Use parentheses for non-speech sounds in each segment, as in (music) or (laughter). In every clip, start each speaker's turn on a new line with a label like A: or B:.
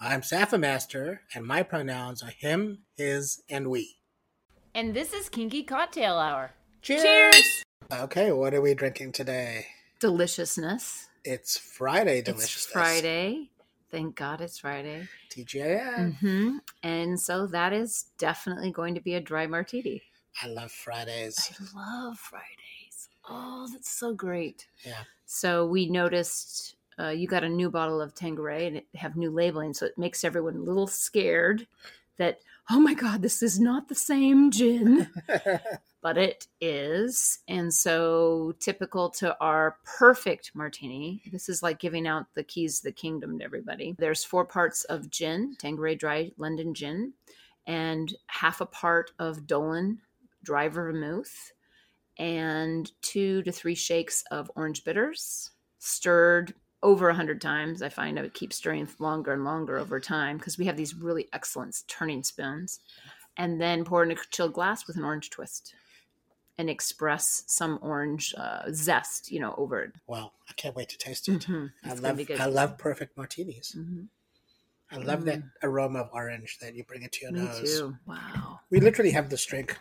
A: I'm Safa Master, and my pronouns are him, his, and we.
B: And this is Kinky Cocktail Hour.
A: Cheers! Okay, what are we drinking today?
B: Deliciousness.
A: It's Friday,
B: It's
A: delicious.
B: Friday. Thank God it's Friday.
A: TGIF.
B: hmm And so that is definitely going to be a dry martini.
A: I love Fridays.
B: I love Fridays. Oh, that's so great.
A: Yeah.
B: So we noticed uh, you got a new bottle of Tanqueray and it have new labeling, so it makes everyone a little scared that oh my god, this is not the same gin, but it is. And so typical to our perfect martini, this is like giving out the keys to the kingdom to everybody. There's four parts of gin, Tanqueray dry London gin, and half a part of Dolan dry vermouth and two to three shakes of orange bitters, stirred over a hundred times. I find I would keep stirring longer and longer over time because we have these really excellent turning spoons, and then pour in a chilled glass with an orange twist, and express some orange uh, zest, you know, over it.
A: (laughs) well, I can't wait to taste
B: Mhm.
A: it. Mm-hmm. I
B: It's gonna
A: love
B: be good.
A: I love perfect martinis.
B: Mhm.
A: I love that aroma of orange that you bring it to your
B: Mm. Me
A: nose.
B: too. Wow,
A: We literally have this drink.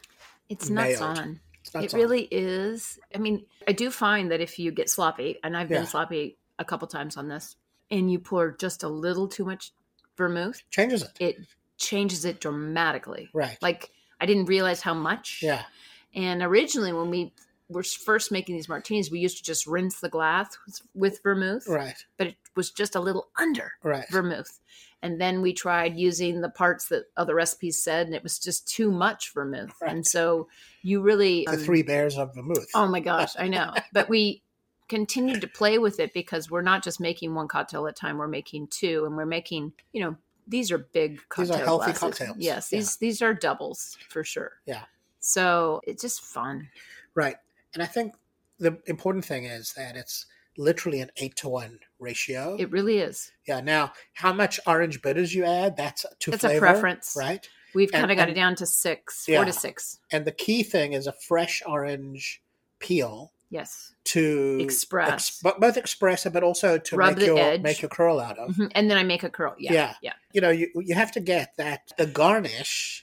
B: it's nuts
A: Nailed.
B: on.
A: It's not
B: it
A: so-
B: really is. I mean, I do find that if you get sloppy, and I've been
A: Yeah.
B: sloppy a couple times on this, and you pour just a little too much vermouth,
A: changes it.
B: it changes it dramatically.
A: Right.
B: Like I didn't realize how much.
A: yeah.
B: And originally, when we were first making these martinis, we used to just rinse the glass with, with vermouth,
A: Right.
B: but it was just a little under
A: Right.
B: vermouth. And then we tried using the parts that other recipes said, and it was just too much vermouth.
A: Right.
B: And so you really
A: the
B: um,
A: three bears of vermouth.
B: Oh my gosh, I know. But we continued to play with it because we're not just making one cocktail at a time, we're making two and we're making, you know, these are big cocktails.
A: These are healthy
B: glasses.
A: cocktails.
B: Yes,
A: Yeah.
B: these these are doubles for sure.
A: Yeah.
B: So it's just fun.
A: Right. And I think the important thing is that it's literally an eight to one ratio.
B: It really is.
A: yeah. Now, how much orange bitters you add, that's to
B: It's
A: flavor,
B: a preference.
A: Right.
B: We've
A: And-
B: kind of got
A: and-
B: it down to six,
A: Yeah.
B: four to six.
A: And the key thing is a fresh orange peel
B: Yes.
A: to
B: Express.
A: but both express it, but also to
B: Rub
A: make
B: the
A: your
B: edge.
A: make your curl out of.
B: Mhm. And then I make a curl. Yeah.
A: Oh. Yeah.
B: Yeah.
A: You know, you you have to get that the garnish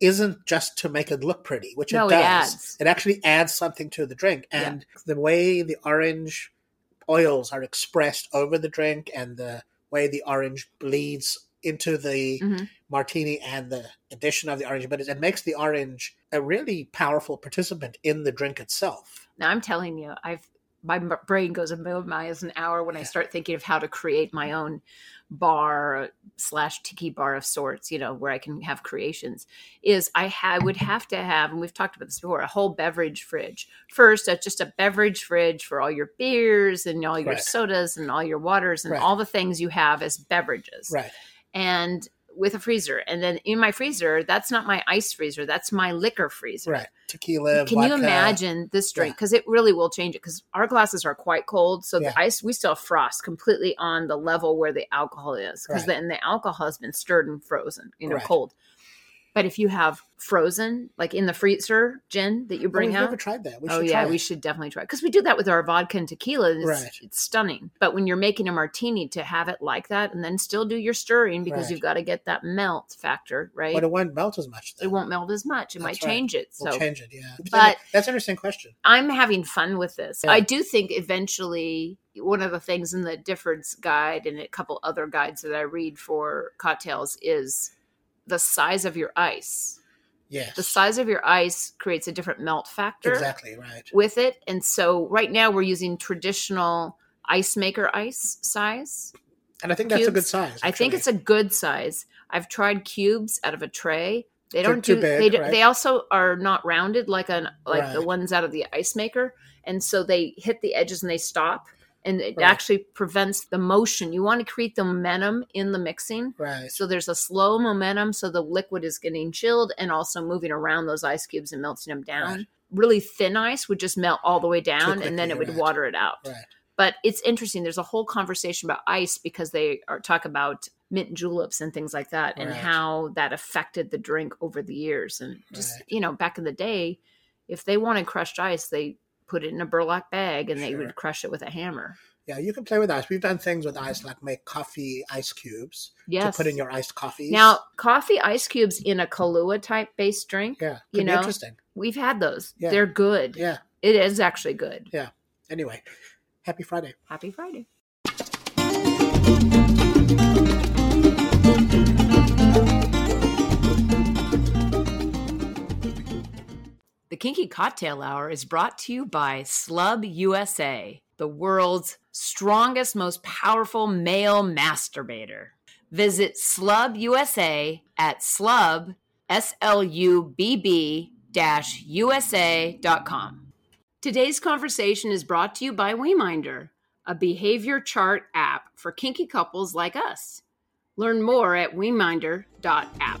A: isn't just to make it look pretty, which
B: No,
A: it
B: it
A: does.
B: adds.
A: It actually adds something to the drink,
B: Yeah.
A: and the way the orange oils are expressed over the drink, and the way the orange bleeds into the
B: Mhm.
A: martini and the addition of the orange bitters, it makes the orange a really powerful participant in the drink itself.
B: Now I'm telling you, I've my m- brain goes a million miles an hour when I start thinking of how to create my own bar slash tiki bar of sorts. You know, where I can have creations. Is I ha- would have to have, and we've talked about this before, a whole beverage fridge. First, uh, just a beverage fridge for all your beers and all your
A: Right.
B: sodas and all your waters and
A: Right.
B: all the things you have as beverages
A: Right.
B: and with a freezer. And then in my freezer, that's not my ice freezer, that's my liquor freezer.
A: Right. Tequila.
B: Can you
A: vodka.
B: imagine this drink? Because it really will change it. Because our glasses are quite cold, so
A: Yeah.
B: the ice we still have frost completely on the level where the alcohol is. Because
A: Right.
B: then the alcohol has been stirred and frozen, you know,
A: Right.
B: cold. But if you have frozen, like in the freezer gin that you
A: Bring
B: bring
A: we've
B: out,
A: never tried that. Oh, We
B: oh
A: should
B: yeah,
A: try
B: we
A: it.
B: should definitely try because we do that with our vodka and tequila. and It's,
A: Right.
B: it's stunning. But when you're making a martini, to have it like that and then still do your stirring because
A: Right.
B: you've got to get that melt factor right.
A: But it won't melt as much. Though.
B: it won't melt as much. It
A: That's
B: might
A: right.
B: change it. So
A: We'll change it. Yeah,
B: But-
A: that's an interesting question.
B: I'm having fun with this.
A: Yeah.
B: I do think eventually one of the things in the difference guide and a couple other guides that I read for cocktails is the size of your ice.
A: Yes,
B: The size of your ice creates a different melt factor
A: exactly right.
B: with it. And so right now we're using traditional ice maker ice size.
A: And I think that's a good
B: Cubes.
A: size.
B: I think it's a good size. I've tried cubes out of a tray. They
A: They're
B: don't
A: too
B: do.
A: big,
B: they do,
A: right?
B: they also are not rounded like an like the
A: Right.
B: ones out of the ice maker, and so they hit the edges and they stop, and it
A: Right.
B: actually prevents the motion. You want to create the momentum in the mixing,
A: right.
B: so there's a slow momentum, so the liquid is getting chilled and also moving around those ice cubes and melting them down.
A: Right.
B: Really thin ice would just melt all the way down, and
A: quickly,
B: then it would
A: right.
B: water it out
A: Right.
B: but it's interesting there's a whole conversation about ice because they are talk about mint juleps and things like that and
A: Right.
B: how that affected the drink over the years and just
A: Right.
B: you know back in the day if they wanted crushed ice they put it in a burlap bag and they
A: Sure.
B: would crush it with a hammer
A: Yeah, you can play with ice. We've done things with ice, like make coffee ice cubes
B: yes
A: to put in your iced coffees.
B: now coffee ice cubes in a kahlua type based drink
A: yeah,
B: you
A: could be
B: know.
A: interesting.
B: we've had those
A: Yeah.
B: they're good
A: Yeah.
B: it is actually good
A: Anyway, happy Friday.
B: happy friday The Kinky Cocktail Hour is brought to you by Slub USA, the world's strongest, most powerful male masturbator. Visit Slub USA at slub, S L U B B USA.com. Today's conversation is brought to you by WeMinder, a behavior chart app for kinky couples like us. Learn more at WeMinder.app.